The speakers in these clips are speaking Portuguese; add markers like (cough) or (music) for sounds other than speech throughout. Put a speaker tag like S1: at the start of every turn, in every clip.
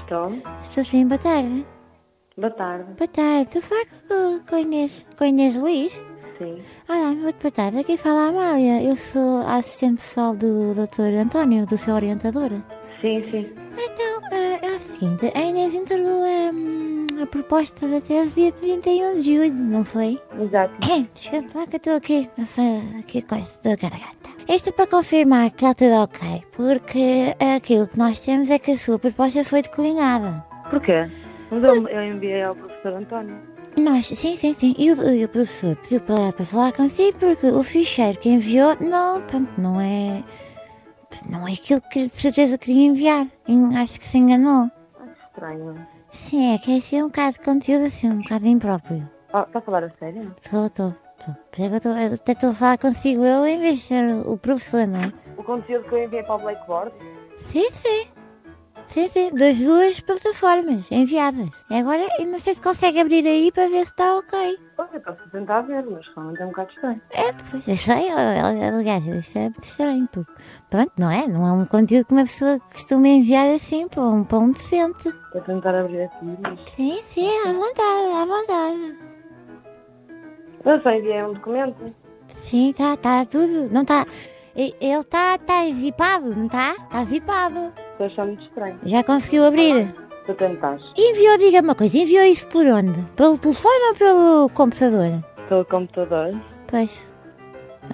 S1: Estou.
S2: Estou sim, boa tarde.
S1: Então, Boa tarde.
S2: Boa tarde, estou a falar com, com, a Inês, com a Inês Luís.
S1: Sim.
S2: Olá, muito boa tarde, aqui fala a Amália. Eu sou a assistente pessoal do Dr. António, do seu orientador.
S1: Sim, sim.
S2: Então, ah, é o seguinte, a Inês entrou hum, a, proposta da tese dia 31 de julho, não foi? (coughs)
S1: Exato.
S2: Chegamos lá que eu estou aqui, a fa- aqui com isso da garganta. Isto é para confirmar que está tudo ok, porque aquilo que nós temos é que a sua proposta foi declinada.
S1: Porquê? Mas eu, eu enviei ao professor António.
S2: Nós, sim, sim, sim. E o, e o professor pediu para, para falar consigo porque o ficheiro que enviou não, pronto, não é. Não é aquilo que de certeza queria enviar. E Acho que se enganou.
S1: Acho estranho.
S2: Sim, é que é assim um bocado de conteúdo assim, um bocado impróprio.
S1: Oh, está a falar a sério?
S2: Estou, estou. estou. Por isso é que eu estou- eu até estou a falar consigo eu em vez de ser o o professor, não é?
S1: O conteúdo que eu enviei para o Blackboard?
S2: Sim, sim. Sim, sim. Das duas plataformas enviadas. E agora eu não sei se consegue abrir aí para ver se está ok.
S1: Pois, eu posso tentar ver, mas realmente é um bocado estranho.
S2: É, pois, eu sei, ó, ó, aliás, isto é muito estranho, porque, pronto, não é? Não é um conteúdo que uma pessoa costuma enviar assim para um, para um docente.
S1: Vou tentar abrir aqui, mas...
S2: Sim, sim, à vontade, à vontade.
S1: Eu só enviei um documento.
S2: Sim, está tá tudo, não está... Ele está tá zipado, não está? Está zipado.
S1: Estou achando muito estranho.
S2: Já conseguiu abrir?
S1: Estou a tentar.
S2: Enviou, diga-me uma coisa, enviou isso por onde? Pelo telefone ou pelo computador?
S1: Pelo computador.
S2: Pois,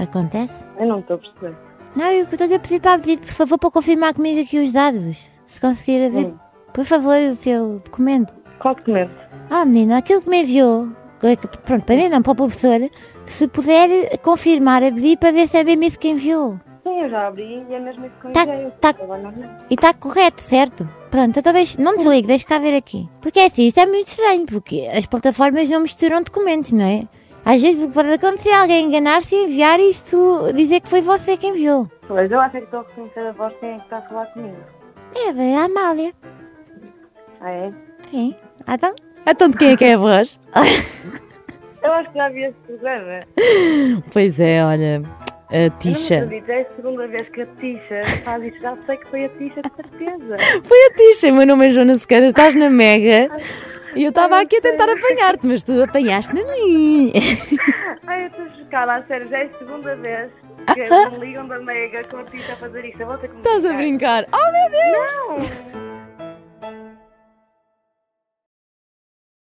S2: acontece.
S1: Eu não estou a perceber.
S2: Não, eu estou a pedir para pedir, por favor, para confirmar comigo aqui os dados. Se conseguir abrir,
S1: Hum.
S2: por favor, o seu documento.
S1: Qual documento?
S2: Ah, menina, aquilo que me enviou, é que- que- pronto, para mim não, para o professor, se puder eh, confirmar a pedir para ver se é mesmo isso que enviou.
S1: Sim, eu já abri e é mesmo isso que eu
S2: Tá-
S1: enviei.
S2: tá-
S1: Agora não vi.
S2: E está correto, certo? Pronto, então deixa, não desligue, deixa cá ver aqui. Porque é assim, isto é muito estranho, porque as plataformas não misturam documentos, não é? Às vezes o que pode acontecer é alguém enganar-se e enviar isto, dizer que foi você que enviou.
S1: Pois, eu acho é que estou a reconhecer a voz de quem é que está a falar comigo.
S2: É, bem, a Amália.
S1: Ah, é?
S2: Sim. Então? Então de quem é que é a voz?
S1: Eu acho que já vi esse programa.
S3: (laughs) Pois é, olha, a
S1: Eu não
S3: Tisha.
S1: acredito, é a segunda vez que a Tisha faz isto. Já sei que foi a Tisha, de
S3: (laughs)
S1: certeza.
S3: Foi a Tisha, meu nome é Joana Sequeira, estás na Mega. E eu estava aqui a tentar apanhar-te, mas tu apanhaste-me a mim. (laughs)
S1: Ai, eu estou chocada, a sério, já é a segunda vez que me ligam da Mega com a Tisha a fazer isto. Eu vou ter que me
S3: Estás a
S1: brincar.
S3: brincar. Oh meu Deus!
S1: Não!